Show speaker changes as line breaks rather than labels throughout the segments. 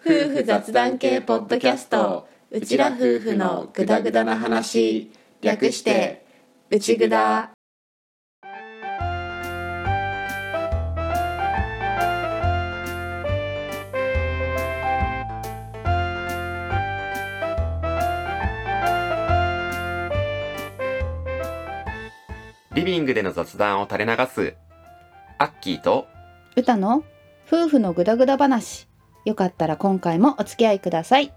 夫婦雑談系ポッドキャストうちら夫婦のグダグダな話略してうちぐだ
リビングでの雑談を垂れ流すアッキーと
歌の夫婦のグダグダ話よかったら今回もお付き合いください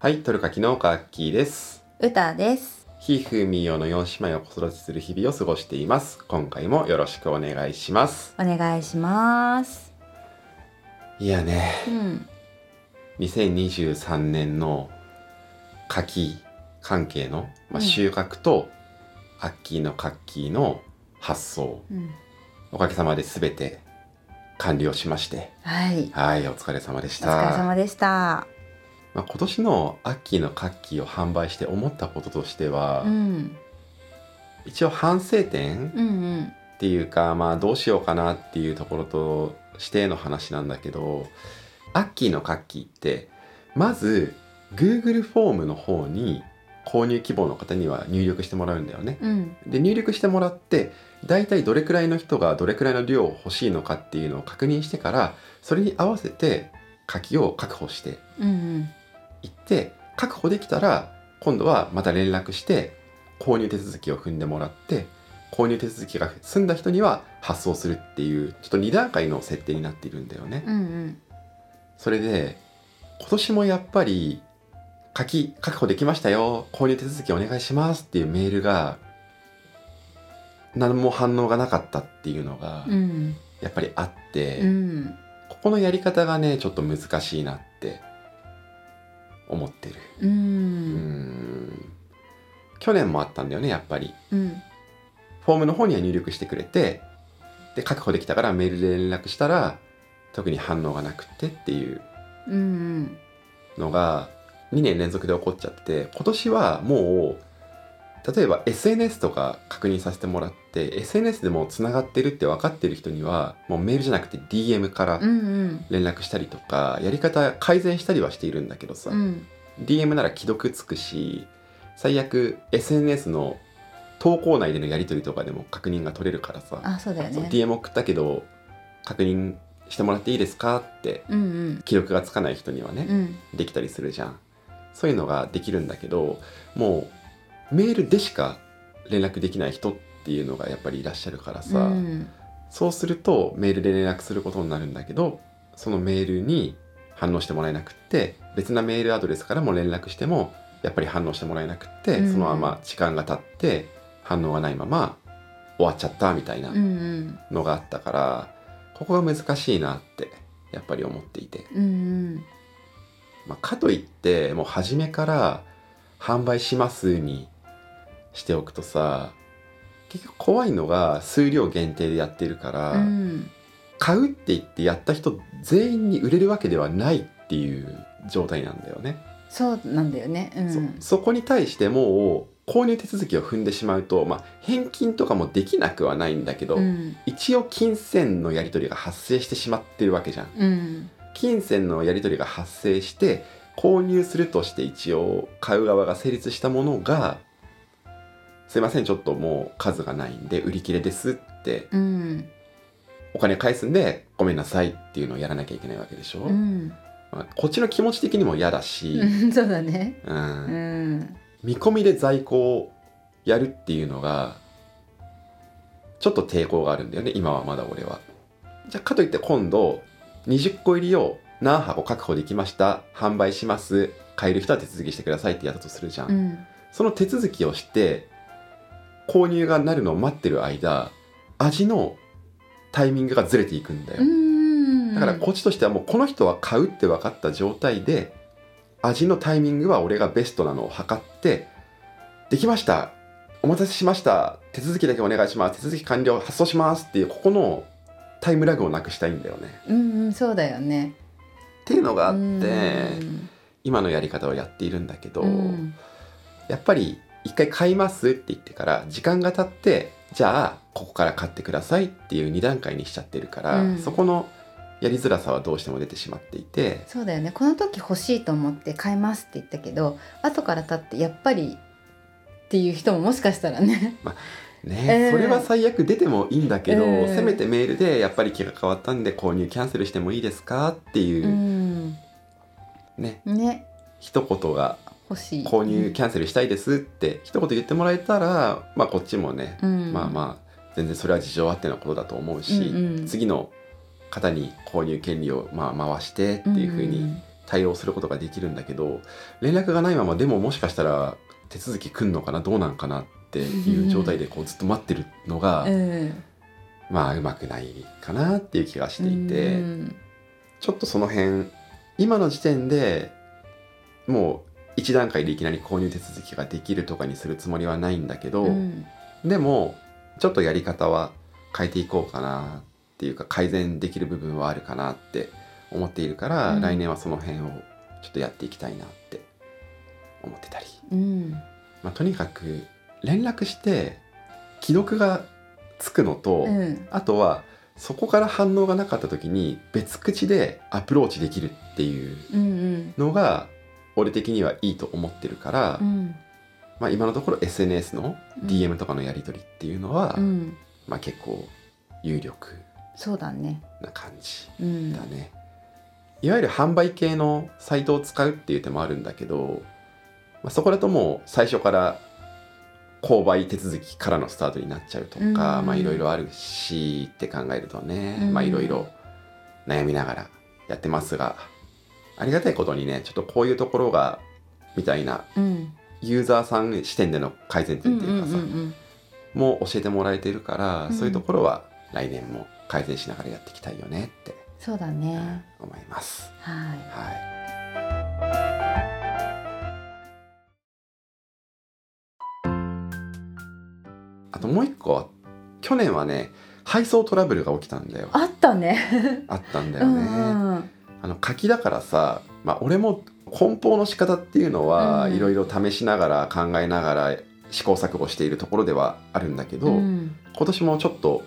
はいトルカキの岡アッキーです
歌です
ひふみよの4姉妹を子育てする日々を過ごしています今回もよろしくお願いします
お願いします
いやね
うん
2023年の柿関係の、
う
まあ、
ん
収穫と、アッキーのカッキーの発送
うん
おかげさまで全て完了しまして
はい
はいお疲れ様でし
お
た
疲れ様でした
まあ、今年のアッキーのカッキーを販売して思ったこととしては、
うん
一応反省点
うんうん
っていうか、まあどうしようかなっていうところとしての話なんだけどアッキーのカッキーってまず Google フォームの方に購入希望の方には入力してもらうんだよね。
うん
で入力してもらって大体どれくらいの人がどれくらいの量を欲しいのかっていうのを確認してからそれに合わせて柿を確保して
うんうん
行って確保できたら今度はまた連絡して購入手続きを踏んでもらって購入手続きが済んだ人には発送するっていうちょっと2段階の設定になっているんだよね。
うんうん
それで今年もやっぱり書き確保できましたよ購入手続きお願いしますっていうメールが何も反応がなかったっていうのが
うん
やっぱりあって、
うん
ここのやり方がねちょっと難しいなって思ってる。
う
うー
ん
ん去年もあったんだよねやっぱり
うん
フォームの方には入力してくれてで確保できたからメールで連絡したら特に反応がなくてっていう
うんうん
のが2年連続で起こっちゃって今年はもう例えば SNS とか確認させてもらって SNS でもつながってるって分かってる人にはもうメールじゃなくて DM から
うんうん
連絡したりとかやり方改善したりはしているんだけどさ、
うん
DM なら既読つくし最悪 SNS の投稿内でのやり取りとかでも確認が取れるからさ、
あそうだよ
そう
ね
DM 送ったけど確認してもらっていいですかって
うんうん
記録がつかない人には
う
ね、
ん
できたりするじゃんそういうのができるんだけどもうメールでしか連絡できない人っていうのがやっぱりいらっしゃるからさ、
うん
そうするとメールで連絡することになるんだけどそのメールに反応してもらえなくって別なメールアドレスからも連絡してもやっぱり反応してもらえなくって、
うん
そのまま時間が経って反応がないまま終わっちゃったみたいな
うんうん
のがあったから、ここが難しいなってやっぱり思っていて、
うんうん
まあ、かといってもう初めから「販売します」にしておくとさ結局怖いのが数量限定でやってるから。
うん
買うって言ってやった人全員に売れるわけではないっていう状態なんだよね、
そうなんだよねう
そ
ん
そこに対してもう購入手続きを踏んでしまうと、まあ、返金とかもできなくはないんだけど、
うん
一応金銭のやり取りが発生してしまってるわけじゃん
うん
金銭のやり取りが発生して購入するとして一応買う側が成立したものが「すいませんちょっともう数がないんで売り切れです」って
うん
お金返すんでごめんなさいっていうのをやらなきゃいけないわけでしょ、
うん
まあこっちの気持ち的にも嫌だし、
うん そうだね
う、
うんん
見込みで在庫をやるっていうのがちょっと抵抗があるんだよね今はまだ俺は。じゃあかといって今度20個入りを何箱確保できました販売します買える人は手続きしてくださいってやったとするじゃん、
うん
その手続きをして購入がなるのを待ってる間味のタイミングがずれていくんだよ、
うん
だからこっちとしてはもうこの人は買うって分かった状態で味のタイミングは俺がベストなのを測ってできましたお待たせしました手続きだけお願いします手続き完了発送しますっていうここのタイムラグをなくしたいんだよね
うんうんそうだよね
っていうのがあって
うん
今のやり方をやっているんだけど、
うん
やっぱり一回買いますって言ってから時間が経ってじゃあここから買ってくださいっていう2段階にしちゃってるから、
うん
そこのやりづらさはどうしても出てしまっていて
そうだよねこの時欲しいと思って買いますって言ったけど後から経ってやっぱりっていう人ももしかしたらね
ね、
えー
それは最悪出てもいいんだけど、
えー
せめてメールでやっぱり気が変わったんで購入キャンセルしてもいいですかっていうう、
ん
ね
ね
一言が
欲しい
購入キャンセルしたいですって一言言ってもらえたら、まあ、こっちもね、
うん
まあまあ全然それは事情あってのことだと思うし、
うんうん
次の方に購入権利をまあ回してって
あ
いうふうに対応することができるんだけど、連絡がないままでももしかしたら手続き来んのかなどうなんかなっていう状態でこうずっと待ってる のが、
うん
まあうまくないかなっていう気がしてい
う
て、
ん
ちょっとその辺今の時点でもう1段階でいきなり購入手続きができるとかにするつもりはないんだけど、
うん
でもちょっとやり方は変えていこうかなっていうか改善できる部分はあるかなって思っているから、
うん
来年はその辺をちょっとやっていきたいなって思ってたり、
うん
まあ、とにかく連絡して既読がつくのと、
うん
あとはそこから反応がなかった時に別口でアプローチできるっていう
うん
のが俺的にはいいと思ってるから、
うん
まあ、今のところ SNS の
うん
DM とかのやり取りっていうのは、
うん
まあ、結構有力
そうだね
な感じ
うん
だね、いわゆる販売系のサイトを使うっていう手もあるんだけど、まあ、そこだともう最初から購買手続きからのスタートになっちゃうとか、
うん
まあいろいろあるしって考えるとね、
うん
まあいろいろ悩みながらやってますがありがたいことにねちょっとこういうところがみたいな
うん
ユーザーさん視点での改善
う
点
ん
って
う
い
ん
うかさ、
うん
もう教えてもらえてるから、
うん
そういうところは来年も改善しながらやっていきたいよねって
そうだね
思います。
はい
はい。あともう一個は去年はね配送トラブルが起きたんだよ。
あったね
あったんだ
う
よね。
んうん
あの柿だからさ、まあ、俺も梱包の仕方っていうのは
うん
いろいろ試しながら考えながら試行錯誤しているところではあるんだけど、
うん
今年もちょっと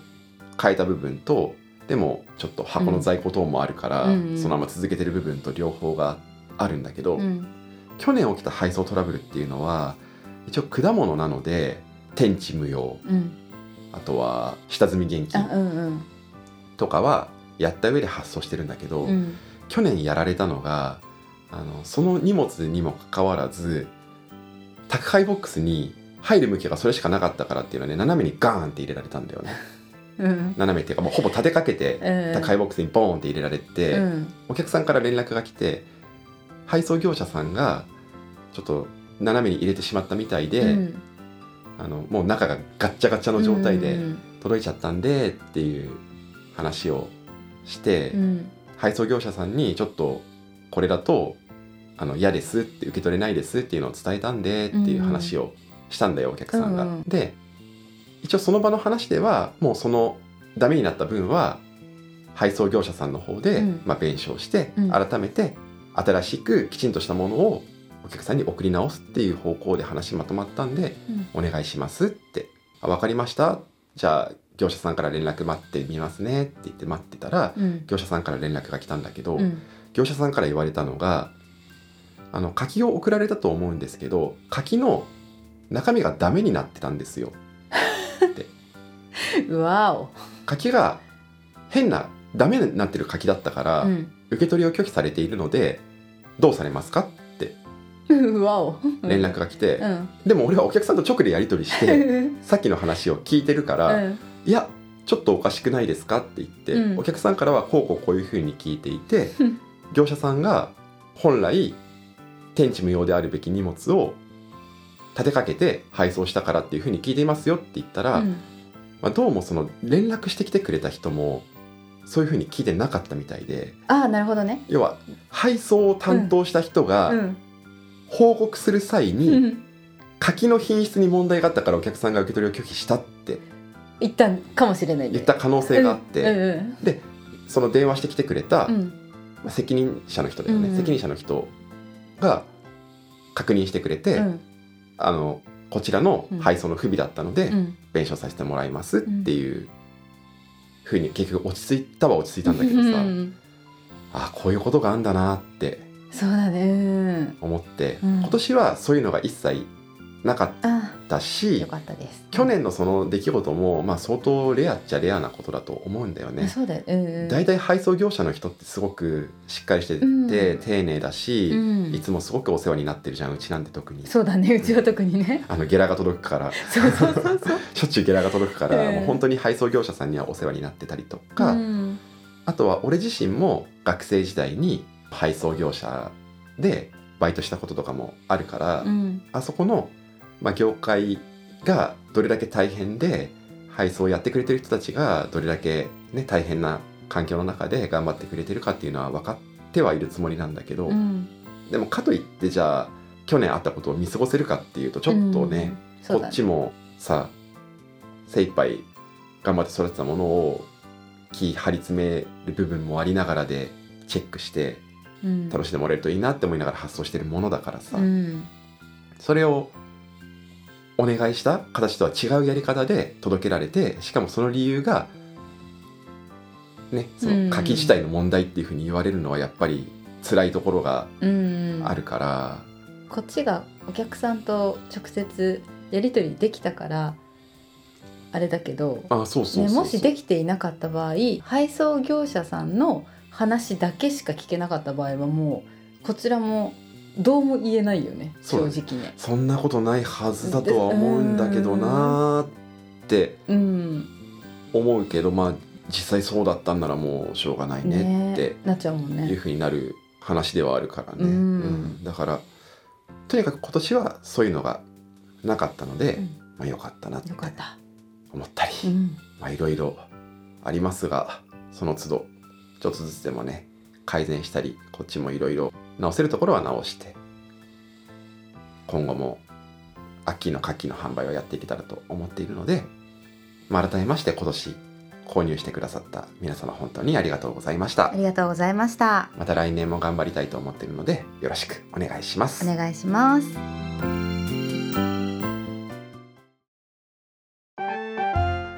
変えた部分とでもちょっと箱の在庫等もあるから、
うんうん
そのまま続けてる部分と両方があるんだけど、
うん
去年起きた配送トラブルっていうのは一応果物なので天地無用
うん
あとは下積み現
あ
金
うんうん
とかはやった上で発送してるんだけど、
うん
去年やられたのがあのその荷物にもかかわらず宅配ボックスに入る向きがそれしかなかったからっていうのはね斜めにガーンって入れられたんだよね。
うん
斜めっていうかもうほぼ立てかけて
うん
宅配ボックスにボーンって入れられて、
うん
お客さんから連絡が来て配送業者さんがちょっと斜めに入れてしまったみたいで、
うん
あのもう中がガッチャガチャの状態
う
で
ん
届いちゃったんでっていう話をして、
うん
配送業者さんにちょっとこれだとあの嫌ですって受け取れないですっていうのを伝えたんでっていう話をしたんだよ、お客さんが。
うんうん
で一応その場の話ではもうそのダメになった分は配送業者さんの方で、
うん
まあ、弁償して
うん
改めて新しくきちんとしたものをお客さんに送り直すっていう方向で話まとまったんで、お願いしますって「あ分かりましたじゃあ業者さんから連絡待ってみますね」って言って待ってたら、
うん
業者さんから連絡が来たんだけど、
うん
業者さんから言われたのがあの柿を送られたと思うんですけど柿の中身がダメになってたんですよ
うわお
柿が変なダメになってる柿だったから、
うん
受け取りを拒否されているのでどうされますかって
うわお
連絡が来て、
うん
でも俺はお客さんと直でやり取り して
うん
さっきの話を聞いてるから、いやちょっとおかしくないですかって言って、
うん
お客さんからはこうこうこういうふうに聞いて いて
うん
業者さんが本来天地無用であるべき荷物を立てかけて配送したからっていうふうに聞いていますよって言ったら、
うん
まあ、どうもその連絡してきてくれた人もそういうふうに聞いてなかったみたいで
ああなるほどね
要は配送を担当した人
う
が
ん
報告する際
う
に
ん
柿の品質に問題があったからお客さんが受け取りを拒否したって
言ったかもしれないね
言った可能性があって。
うん
その電話してきてくれた、
うんうん
まあ責任者の人だよね、
うんうん
責任者の人が確認してくれて、
うん
あのこちらの
うん
配送の不備だったので、
うん
弁償させてもらいますっていうふうに結局落ち着いたは落ち着いたんだけどさ、
うん
あこういうことがあんだなって
そうだねうん
思って、
うん
今年はそういうのが一切なかっ
あ
たし
よかったです
去年のその出来事も、まあ、相当レアっちゃレアなことだと思うんだよ
ね
ね。
そうだようんうん
大体配送業者の人ってすごくしっかりして
う
て、
ん
丁寧だ
う
し、
ん
いつもすごくお世話になってるじゃんうちなんて特に。
そうだねうちは特に ね
あのゲラが届くから
そう そうそうそう
しょっちゅうゲラが届くから、
うん
もう本当に配送業者さんにはお世話になってたりとか、
うん
あとは俺自身も学生時代に配送業者でバイトしたこととかもあるから、
うん
あそこの、まあ、業界がどれだけ大変で配送をやってくれてる人たちがどれだけ、ね、大変な環境の中で頑張ってくれてるかっていうのは分かってはいるつもりなんだけど、
うん
でもかといってじゃあ去年あったことを見過ごせるかっていうとちょっとね、
うんそう
こ
だ
っ
ね
ちもさ精一杯頑張って育てたものを気張り詰める部分もありながらでチェックして
うん
楽しんでもらえるといいなって思いながら発想してるものだからさ、
うん
それをお願いした形とは違うやり方で届けられてしかもその理由がねそ
うん
の柿自体の問題っていうふうに言われるのはやっぱり辛いところが
うんうん
あるから、
こっちがお客さんと直接やり取りできたからあれだけど
あそうそうそう
ね、
そ
も
う
しできていなかった場合配送業者さんの話だけしか聞けなかった場合はもうこちらもどうも言えないよね
そう
正
だね
直ね。
そんなことないはずだとは思うんだけどなーって
うん、
思うけどまあ実際そうだったんならもうしょうがないね
ね
って
なっちゃうもん
いう
ね。
ふうになる話ではあるから
う
ね、
ん
うんだからとにかく今年はそういうのがなかったので、
うん
まあ、よかったなって
よかった。
思ったり、
うん、
まあいろいろありますがその都度ちょっとずつでもね改善したりこっちもいろいろ直せるところは直して今後も秋の牡蠣の販売をやっていけたらと思っているので、まあ改めまして今年購入してくださった皆様本当にありがとうございました
ありがとうございました。
また来年も頑張りたいと思っているのでよろしくお願いします
お願いします。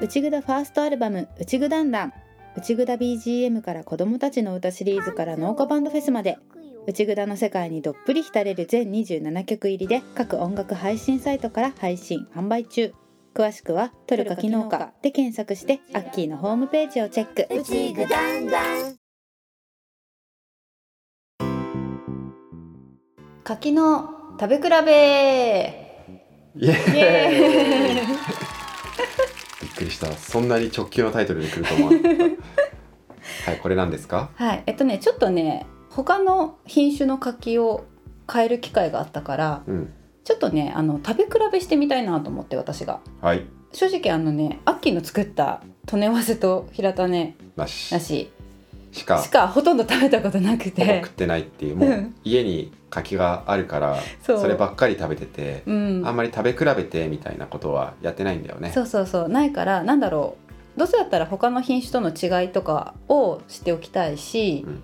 内ぐだファーストアルバム「内ぐだんだん」内ぐだ BGM から子どもたちの歌シリーズから農家バンドフェスまで内ぐだの世界にどっぷり浸れる全27曲入りで各音楽配信サイトから配信販売中詳しくは「トルカ機能かで検索してアッキーのホームページをチェック
ちぐだんだん
柿の食べ比 べ。
イエーイ
イエーイ
びっくりしたそんなに直球のタイトルで来ると思わなかっ たはいこれなんですか
はい、えっとね、ちょっとね、他の品種の柿を変える機会があったから、
うん
ちょっとね、あの食べ比べしてみたいなと思って私が。
はい
正直あのねアッキーの作ったトネワセと平種
なし
なし
しか
しかほとんど食べたことなく
ほぼ
て
食ってないっていうもう、
うん
家に柿があるから
そう
ればっかり食べてて、
うん
あんまり食べ比べてみたいなことはやってないんだよね
そうそうそうないからなんだろうどうせだったら他の品種との違いとかを知っておきたいし、
うん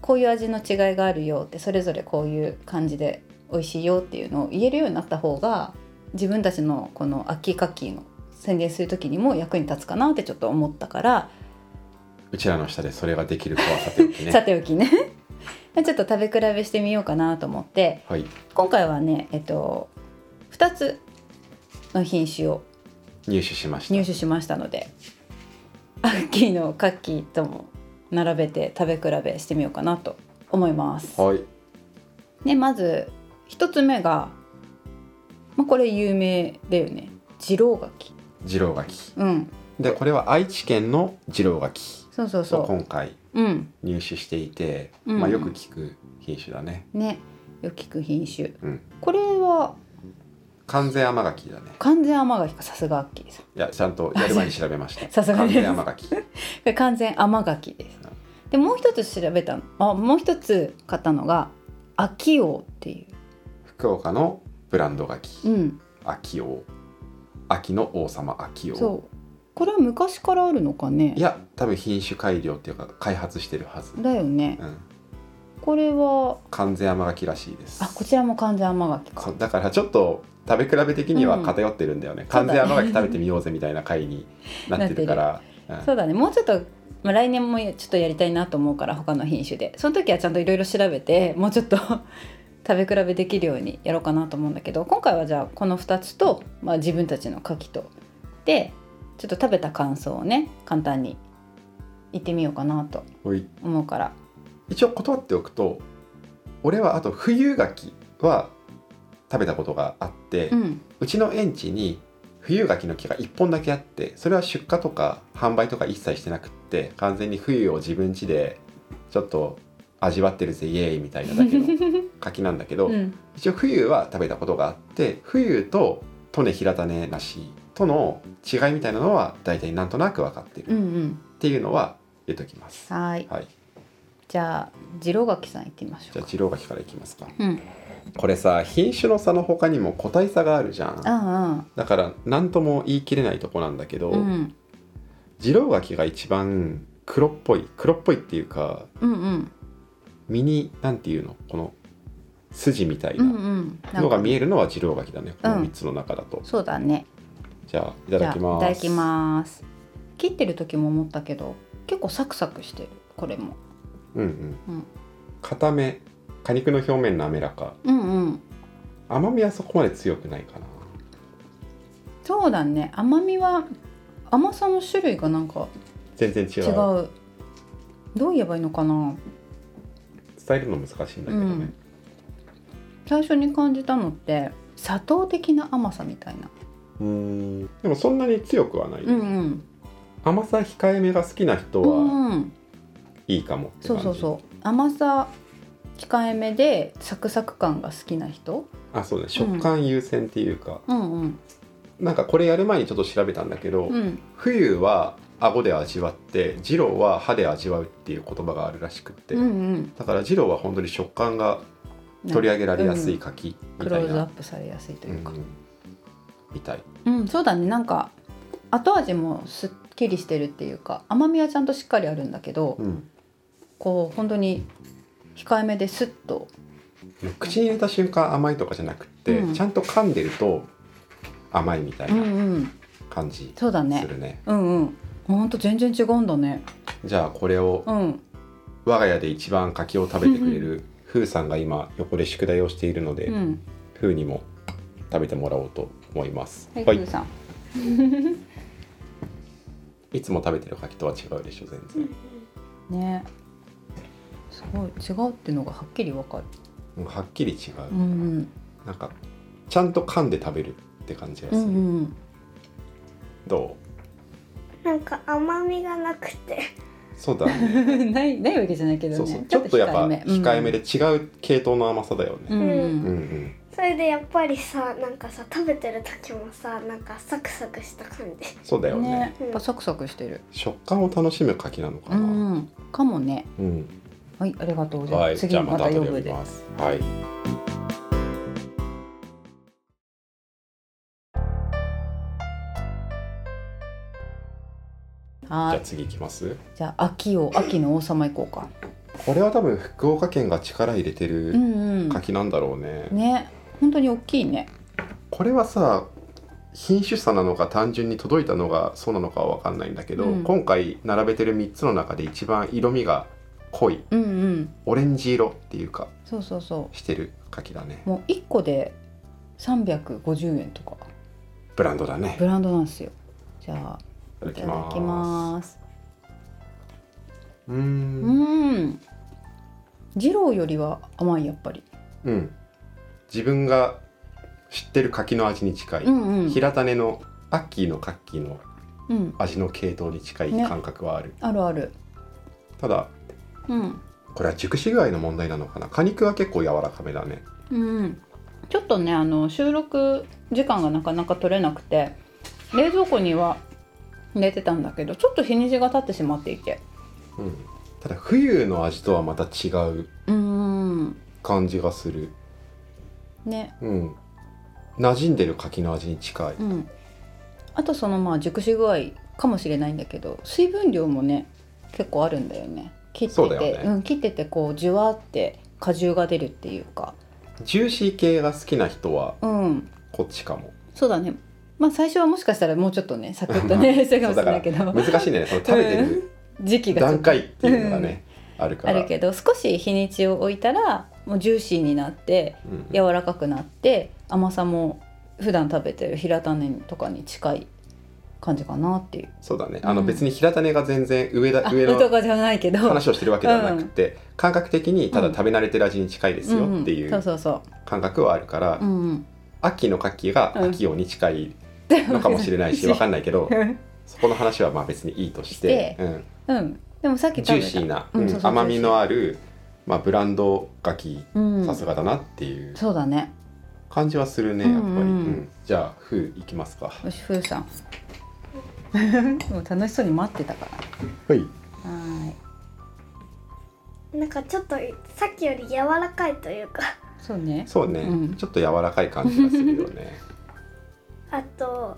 こういう味の違いがあるよってそれぞれこういう感じで美味しいよっていうのを言えるようになった方が自分たちのこの秋柿の宣伝する時にも役に立つかなってちょっと思ったから、
うちらの下でそれができるかはさておきね
さておきねちょっと食べ比べしてみようかなと思って
はい
今回はねえっと2つの品種を
入手しました
入手しましたので アッキーのカッキーとも並べて食べ比べしてみようかなと思います。
はい
ねまず1つ目が、まあ、これ有名だよね二郎柿。
二郎柿
うん
でこれは愛知県の二郎柿
そうそう
を
そ
今回
う。うん
入手していて、
うん
まあ、よく聞く品種だね、
ねよく聞く品種。
うん、
これは
完全甘柿だね
完全甘柿かさすがアッキーさん。
いやちゃんとやる前に調べました
さすがです
完全甘柿
これ完全甘柿です。でもう一つ調べたのあもう一つ買ったのが秋王ってい
福岡のブランド
う、
柿、
うん、
秋王秋の王様秋王
そうこれは昔からあるのかね
いや多分品種改良っていうか開発してるはず、
だよね
うん、
これは
完全甘柿らしいです
あこちらも完全甘柿か
そうだからちょっと食べ比べ的には偏ってるんだよね、完全甘柿食べてみようぜみたいな回になってるからはい
そうだねもうちょっと、まあ、来年もちょっとやりたいなと思うから他の品種でその時はちゃんといろいろ調べてもうちょっと 食べ比べできるようにやろうかなと思うんだけど今回はじゃあこの2つと、まあ、自分たちの牡蠣とでちょっと食べた感想をね簡単に言ってみようかなと
おい
思うから
一応断っておくと俺はあと冬柿は食べたことがあって、う
うん
ちの園地に冬柿の木が1本だけあってそれは出荷とか販売とか一切してなくって完全に冬を自分家でちょっと味わってるぜイエーイみたいな だけの柿なんだけど、
うん
一応冬は食べたことがあって冬とトネ平種なしとの違いみたいなのは大体なんとなく分かって
う
る
ん
っ
うん
ていうのは言っときます、
はい
はい、
じゃあ次郎柿さん行ってみまし
じ
ょう
ゃあ
か
治療柿からいきますか
うん
これさ品種の差の他にも個体差があるじゃん
あ
だから何とも言い切れないとこなんだけ
あ
ど、
うん
次郎柿が一番黒っぽい黒っぽいっていうか
うんうん
身に何ていうのこの筋みたい
うん
な
うんなん
のが
か
見えるのは次郎柿だね、こ
う
の
ん
3つの中だと
そうだね
じゃあいただきます
じゃあいただきます切ってる時も思ったけど結構サクサクしてるこれも
うんうん
うん
固め果肉の表面滑らか
うんうん
甘みはそこまで強くないかな
そうだね甘みは甘さの種類がなんか
全然違
違
う
うどう言えばいいのかな、
伝えるの難しいんだ
う
けどね、
ん、最初に感じたのって砂糖的な甘さみたいな
うーんでもそんなに強くはない、
うんうん
甘さ控えめが好きな人は
うんうん
いいかもって
そ
感
うそ
じ、
うそう甘さ控えめでサクサク感が好きな人
あそうね食感優先っていうか、
うんうん
なんかこれやる前にちょっと調べたんだけど、
うん
冬は顎で味わって二郎は歯で味わうっていう言葉があるらしくって、
うんうん
だから二郎は本当に食感が取り上げられやすい柿
ク
み
ロ
たい
ーズアッ
な、
プされやすいと
う
いうんか、
みたい
うん、そうだねなんか後味もすっきりしてるっていうか甘みはちゃんとしっかりあるんだけど、
うん
こう本当に控えめですっと
口に入れた瞬間甘いとかじゃなくって、
うん
ちゃんと噛んでると甘いみたい
うん
な
うん
感じ
そうだ
す
ね
るね,、
うんうんほんと全然違うんだね
じゃあこれを
うん
我が家で一番柿を食べてくれるふうさんが今横で宿題をしているので、
うん
ふうにも食べてもらおうと思います
はい
は
ふう
い
さん
いつも食べてる柿とは違うでしょ全然、
ねすごい違うっていうのがはっきりわかる
もうはっきり違う、
うん
なんかちゃんと噛んで食べるって感じが
う
す
んう
る、
んうん
ど
なんか甘みがなくて
うそうだ ね
ないないわけじゃないけどね
そうそうちょっとやっぱ控えめで違う系統の甘さだよ
う
ね、
ん、うんう、
うん、うんん
それでやっぱりさなんかさ食べてる時もさなんかサクサクした感じ
そうだよね
ねやっぱサクサクしてる
食感を楽しむ柿なのか
う
な、
んうんかもね
うん
はいありがとうじゃあ、
はい、
次
じゃあま
ま
た
た
後
呼
で呼
ぶ
び
で
ます。はい。じ
は
ゃあ
い。
次行きます。
じゃあ秋を秋の王様行こうか。
これは多分福岡県が力入れ
う
てる
んう
柿なんだろうね。
ん。ね、本当に大きいね。
これはさ、品種差なのか単純に届いたのがそうなのかは分かんないんだけど、
うん
今回並べてる3つの中で一番色味が濃い
うんうん。
オレンジ色っていうか
そうそうそ
してる柿だね
う。もう一個で三百五十円とか
ブランドだね
ブランドなんですよ。じゃあ
い
い
た
た
だき
だ
ます
きます。
うー
うんん。二郎よりは甘いやっぱり。
うん自分が知ってる柿の味に近い、
うんうん。
平種のアッキーのカッキーの
うん。
味の系統に近い
ね
感覚はある、
あるある。
ただ
うん。
これは熟し具合の問題なのかな果肉は結構柔らかめだね
うん、ちょっとねあの収録時間がなかなか取れなくて冷蔵庫には入れてたんだけどちょっと日にちが経ってしまっていて
うんただ冬の味とはまた違う
うん
感じがする
ね
うん馴染んでる柿の味に近い
うんあとそのまあ熟し具合かもしれないんだけど水分量もね結構あるんだよね切って
そう
て
だよね
うん、切っててこうじゅわって果汁が出るっていうか
ジューシー系が好きな人は
うん
こっちかも
そうだねまあ最初はもしかしたらもうちょっとねサクッと ねしてるかもしれないけど
難しいんだよねその食べてる
時期がちょっと
段階っていうのがね、あるか
あ
ら
るけど少し日にちを置いたらもうジューシーになって
うん
柔らかくなって甘さも普段食べてる平種とかに近い感じかなっていう
そうだねあの
うん
別に平種が全然上だ、
あ
上
と
の
かじゃないけど
話をしてるわけではなくて、感覚的にただ食べ慣れてる味に近いですよ
んん
ってい
そう
う
そうそ
感覚はあるから、
う、うん うん、
秋の牡蠣が秋王に近いのかもしれないしわかんないけどそこの話はまあ別にいいとして
して
うん、
うんでもさっき食べ
ジ
た
ューシーな、
うん
うん
そうそう
甘みのある、まあ、ブランド牡
う
蠣
ん
さすがだなっていう
そうだね
感じはするねやっぱり、
うんうん
うんじゃあ風いきますか
よしふうさ んもう楽しそうに待ってたから
はい
はーい
なんかちょっとさっきより柔らかいというか
そうね
そうね、
うん
ちょっと柔らかい感じがするよね
あと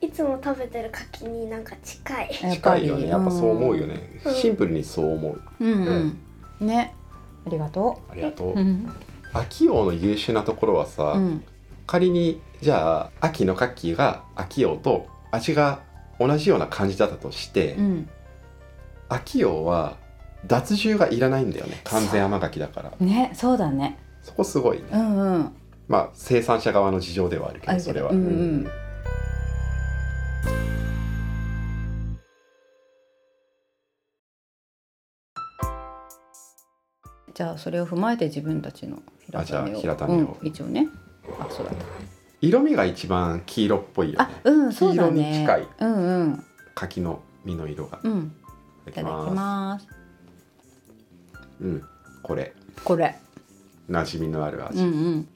いつも食べてる柿になんか近い
やっぱ
近
り
いよねやっぱそう思うよね、
うん
シンプルにそう思う
うん、うんねありがと
ありがとう、
う、うん
秋王の優秀なところはさ、
うん、
仮にじゃあ秋の牡蠣が秋王と味が同じような感じだったとして、
うん、
秋王は脱汁がいらないんだよね完全甘柿だから
ねそうだね
そこすごいね、
うんうん
まあ生産者側の事情ではあるけ
あ
ど
るけ
そ
ど
れは、
うんうんじゃあそれを踏まえて自分たちの
あじゃあ
平
平
種を
種を
うん、一応ねあそうだっ
色味が一番黄色っぽいよ
たあ
ね
うんそうだ
黄色に
ね
近い
うんうん
柿の実の色が、い
うん
た
いただきます
うんこれ
これ
馴染みのある味、
うんうん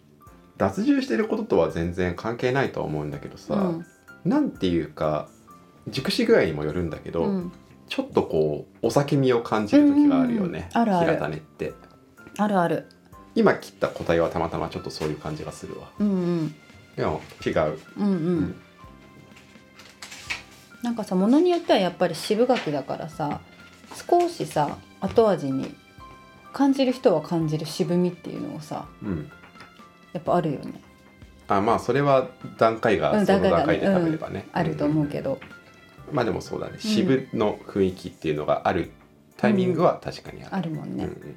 脱汁してることとは全然関係ないとは思うんだけどさ、
うん
なんていうか熟し具合にもよるんだけど、
うん
ちょっとこうお酒味を感じる時があるよね、
うんあるある
平種って
あるある
今切った個体はたまたまちょっとそういう感じがするわ
うんうん
でも違う
うんうんなんかさものによってはやっぱり渋柿だからさ少しさ後味に感じる人は感じる渋みっていうのをさ
うん
やっぱあるよね
あまあそれは段階
う
が
ん
その段
段階
階で
がね
食べればね、
あると思うけ
ど、
ど
まあでもそうだね渋の雰囲気っていうのがあるタイミングは確かにあ
あ
る、
るもん
うん
ね
うん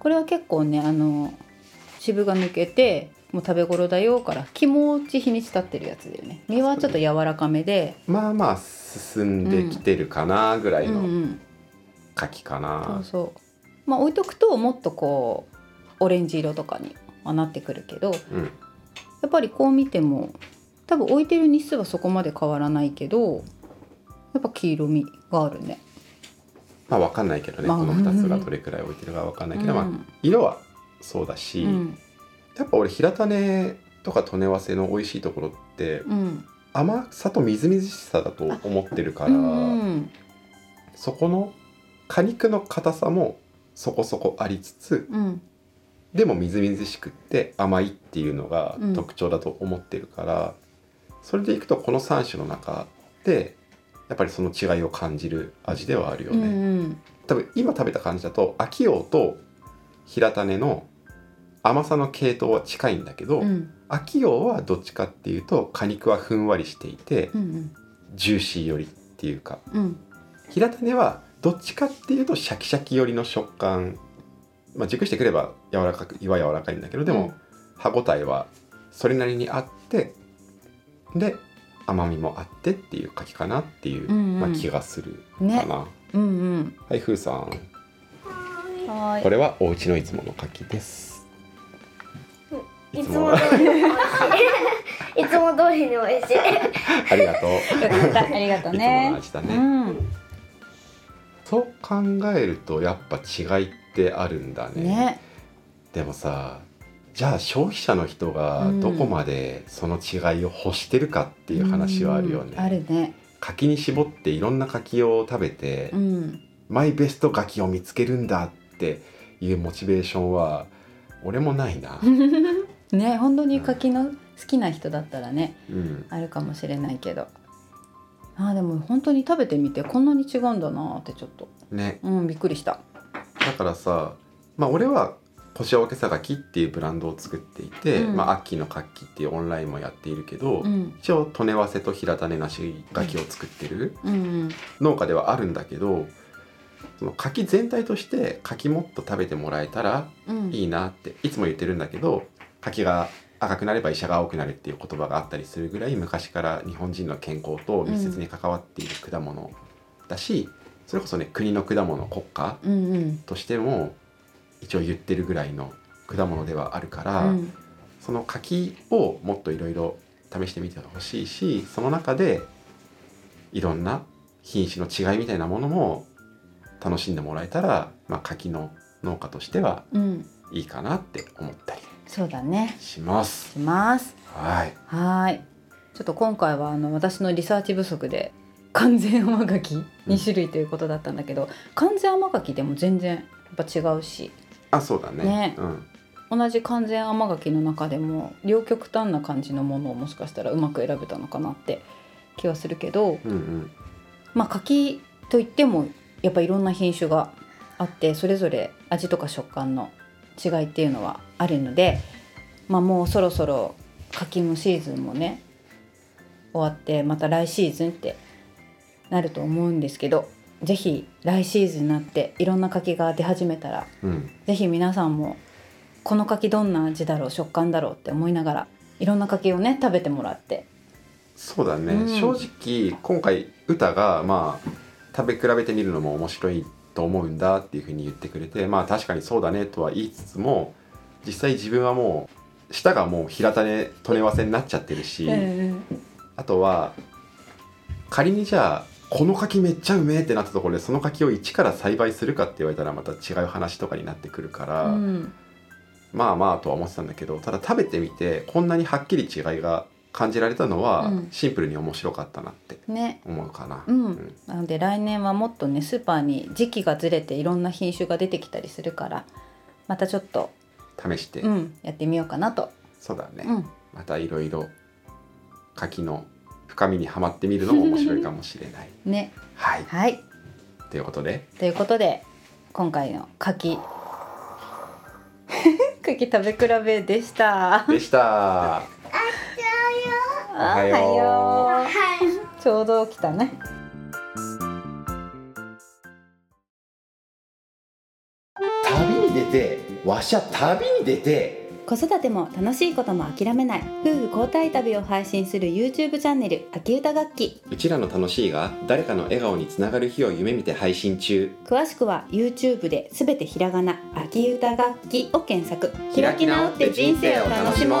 これは結構ねあの渋が抜けてもう食べ頃だよから気持ち日にち経ってるやつだよね身はちょっと柔らかめで
まあまあ進んできてるかなぐら
う
い
んう
の
ん
柿か
そう
な、
そうまあ置いとくともっとこうオレンジ色とかにはなってくるけど
うん
やっぱりこう見ても多分置いてる日数はそこまで変わらないけどやっぱ黄色みがあるね。
まあわかんないけどね、
まあ
この2つがどれくらい置いてるかわかんないけど、
う
まあ
ん
色はそうだし、
うん
やっぱ俺平種とか利根早生の美味しいところって
うん
甘さとみずみずしさだと思ってるから、
うん
そこの果肉の硬さもそこそこありつつ
うん
でもみずみずしくって甘いっていうのが
うん
特徴だと思ってるから、それでいくとこの3種の中でやっぱりその違いを感じる味ではあるよ
う
ね。
ん
多分今食べた感じだと秋王と平種の甘さの系統は近いんだけど、
うん
秋王はどっちかっていうと果肉はふんわりしていて
うん
ジューシー寄りっていうか
うん
平種はどっちかっていうとシャキシャキ寄りの食感、まあ、熟してくれば柔らかくいは柔らかいんだけどでも歯ごたえはそれなりにあってで甘みもあってっていう柿かなっていう、
うんうん
まあ、気がするか
ね
な。
うんうん
はいふうさん
は
こ
ーい
れはお家のいつもの柿です。い
い
つ
つ
も
も
は
通りに美味しい いつも通りに美味しい
ありがとう。
よかったありがとう
いつもの
ね。
味だ
う
ね。
ん
そう考えるとやっぱ違いってあるんだね。
ね
でもさ、じゃあ消費者の人がどこまでその違いを欲してるかっていう話はあるよね。
うんあるね。
柿に絞っていろんな柿を食べて、
うん
マイベスト柿を見つけるんだっていうモチベーションは俺もないな。
ね本当に柿の好きな人だったらね
うん。
あるかもしれないけど。あーでも本当に食べてみてこんなに違うんだなーってちょっと
ね。
うんびっくりした。
だからさまあ俺は腰分けさがきっていうブランドを作っていて、
うん
まあ、秋の活気っていうオンラインもやっているけど、
うん
一応利根わせと平種なし柿を作ってる
うん
農家ではあるんだけどその柿全体として柿もっと食べてもらえたら
うん
いいなっていつも言ってるんだけど柿が赤くなれば医者が青くなるっていう言葉があったりするぐらい昔から日本人の健康と密接に関わっている果物だし、それこそね国の果物国家
うんうん
としても一応言ってるぐらいの果物ではあるから、
うん
その柿をもっといろいろ試してみてほしいしその中でいろんな品種の違いみたいなものも楽しんでもらえたら、まあ、柿の農家としては
うん
いいかなって思ったり
そうだね
します。
します
はい、
はーいちょっと今回はあの私のリサーチ不足で完全甘柿2種類ということだったんだけど、完全甘柿でも全然やっぱ違うし
あそうだね
ね
うん、
同じ完全甘柿の中でも両極端な感じのものをもしかしたらうまく選べたのかなって気はするけど
うんうん
まあ柿といってもやっぱいろんな品種があってそれぞれ味とか食感の違いっていうのはあるので、まあ、もうそろそろ柿のシーズンもね終わってまた来シーズンってなると思うんですけど是非来シーズンになっていろんな柿が出始めたら
うん
ぜひ皆さんもこの柿どんな味だろう食感だろうって思いながらいろんな柿をね食べてもらって
そうだね、
うん
正直今回歌がまあ食べ比べてみるのも面白いと思うんだっていうふうに言ってくれてまあ確かにそうだねとは言いつつも実際自分はもう舌がもう平種取れ合わせになっちゃってるし、
うん
あとは仮にじゃあこの柿めっちゃうめえってなったところでその柿を一から栽培するかって言われたらまた違う話とかになってくるから、
うん
まあまあとは思ってたんだけどただ食べてみてこんなにはっきり違いが感じられたのは、
うん
シンプルに面白かったなって
ね
思うかな。
うん
ん
なので来年はもっとねスーパーに時期がずれていろんな品種が出てきたりするからまたちょっと、
試して、
うん、やってみようかなと、
そうだね、
うん、
またいろいろ柿の深みにはまってみるのも面白いかもしれ ない。
ね
はい
はい
ということで
ということで今回の柿 柿食べ比べでした。
でした。おはよう
おはよ
はい。
うちょうど来たね。
旅に出てわしゃ旅に出て
子育ても楽しいことも諦めない夫婦交代旅を配信する YouTube チャンネル「秋歌楽器
うちらの楽しいが誰かの笑顔につながる日を夢見て配信中」
詳しくは YouTube で「すべてひらがな秋歌楽器」を検索
開き直って人生を楽しもう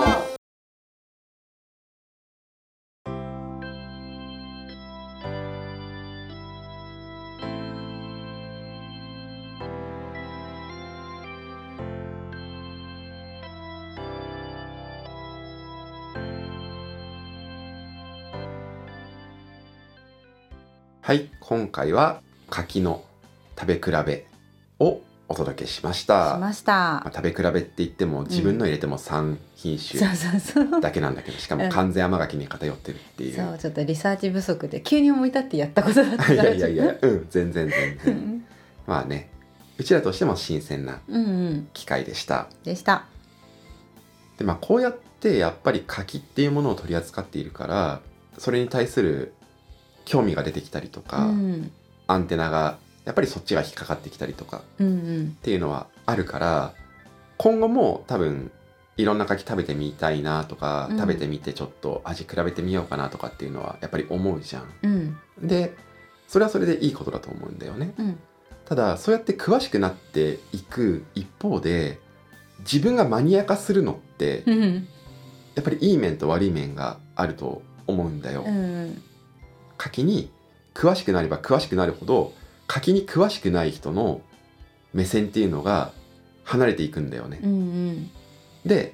はい今回は柿の食べ比べをお届けしました。
しまし
ま
た
あ、食べ比べって言っても自分の入れても3品
そ
種
うそうそう
だけなんだけどしか
うん
も完全甘柿に偏ってるっていう。
そうちょっとリサーチ不足で急に思い立ってやったことだったか
いや
ら
いやいや、うん、全然全
う
然。
ん
まあね、うちらとしても新鮮な
うんうん
機会でした。
でした
で、まあこうやってやっぱり柿っていうものを取り扱っているから、それに対する興味が出てきたりと
う
か、
ん
アンテナがやっぱりそっちが引っかかってきたりとか
うんうん
っていうのはあるから今後も多分いろんな柿食べてみたいなとか、
うん
食べてみてちょっと味比べてみようかなとかっていうのはやっぱり思うじゃん。
うん
でそれはそれでいいことだと思うんだよね。
うん
ただそうやって詳しくなっていく一方で自分がマニア化するのって
うんうん
やっぱりいい面と悪い面があると思うんだよ。
うん
柿に詳しくなれば詳しくなるほど柿に詳しくない人の目線っていうのが離れていくんだよね。
うん
で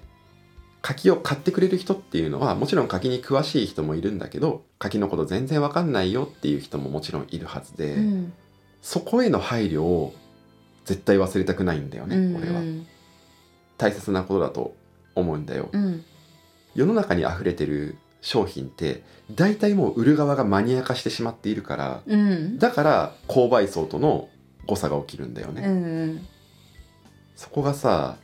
柿を買ってくれる人っていうのはもちろん柿に詳しい人もいるんだけど柿のこと全然わかんないよっていう人ももちろんいるはずで、
うん
そこへの配慮を絶対忘れたくないんだよね、
うん
俺は大切なことだと思うんだよ、
うん
世の中に溢れてる商品って大体もう売る側がマニア化してしまっているから
うん
だから購買層との誤差が起きるんだよね、
うん
そこがさ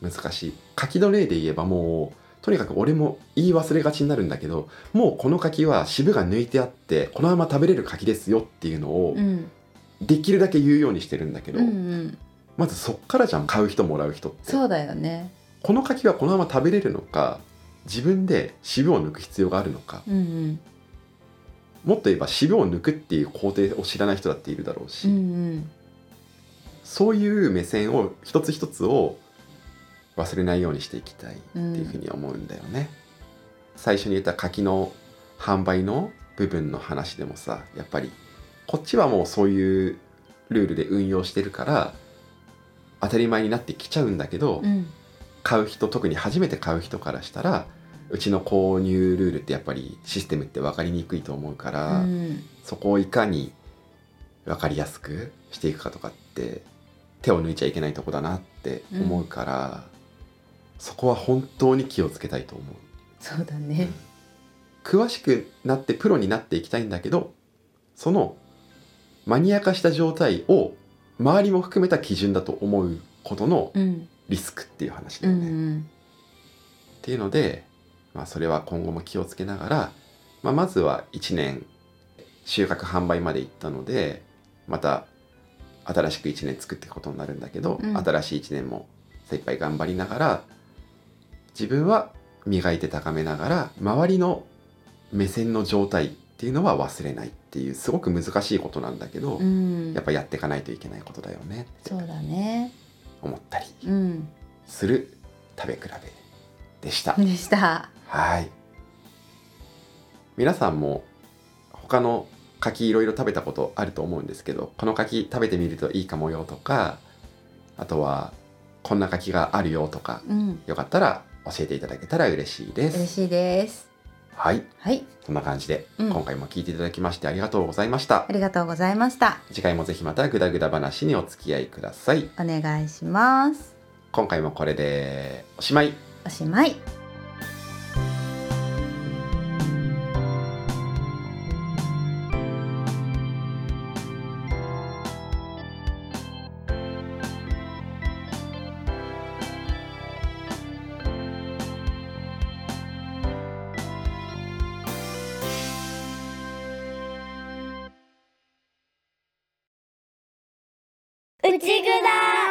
難しい柿の例で言えばもうとにかく俺も言い忘れがちになるんだけどもうこの柿は渋が抜いてあってこのまま食べれる柿ですよっていうのを
うん
できるだけ言うようにしてるんだけど、
うんうん
まずそっからじゃん買う人もらう人って
そうだよね
この柿はこのまま食べれるのか自分で渋を抜く必要があるのか
うんうん
もっと言えば渋を抜くっていう工程を知らない人だっているだろうし、
うんうん
そういう目線を一つ一つを忘れないようにしていきたいっていうふうに思うんだよね。最初に言った柿の販売の部分の話でもさやっぱりこっちはもうそういうルールで運用してるから当たり前になってきちゃうんだけど、
うん
買う人特に初めて買う人からしたらうちの購入ルールってやっぱりシステムって分かりにくいと思うか
う
ら、
ん
そこをいかに分かりやすくしていくかとかって手を抜いちゃいけないとこだなって思うから、そこは本当に気をつけたいと思う。
そうだね
詳しくなってプロになっていきたいんだけどそのマニア化した状態を周りも含めた基準だと思うことの
うん
リスクっていう話だ
う
よ
ん
ね。
うん
っていうので、まあ、それは今後も気をつけながら、まあ、まずは1年収穫販売まで行ったのでまた新しく1年作っていくことになるんだけど、
うん
新しい1年も精一杯頑張りながら自分は磨いて高めながら周りの目線の状態っていうのは忘れないっていうすごく難しいことなんだけど、
うん
やっぱやっていかないといけないことだよねって
そうだね
思ったり
うん
する食べ比べでした。
でした
はい。皆さんも他の柿いろいろ食べたことあると思うんですけど、この柿食べてみるといいかもよとか、あとはこんな柿があるよとか、
うん
よかったら教えていただけたら嬉しいで
嬉
す。
しいです
はい。
はい
そんな感じで、
うん
今回も聞いていただきましてありがとうございました
あ。りがとうございました
次回もぜひまたグダグダ話にお付き合いください。
お願いします
今回もこれでおしまい。
おしまい
内ぐだ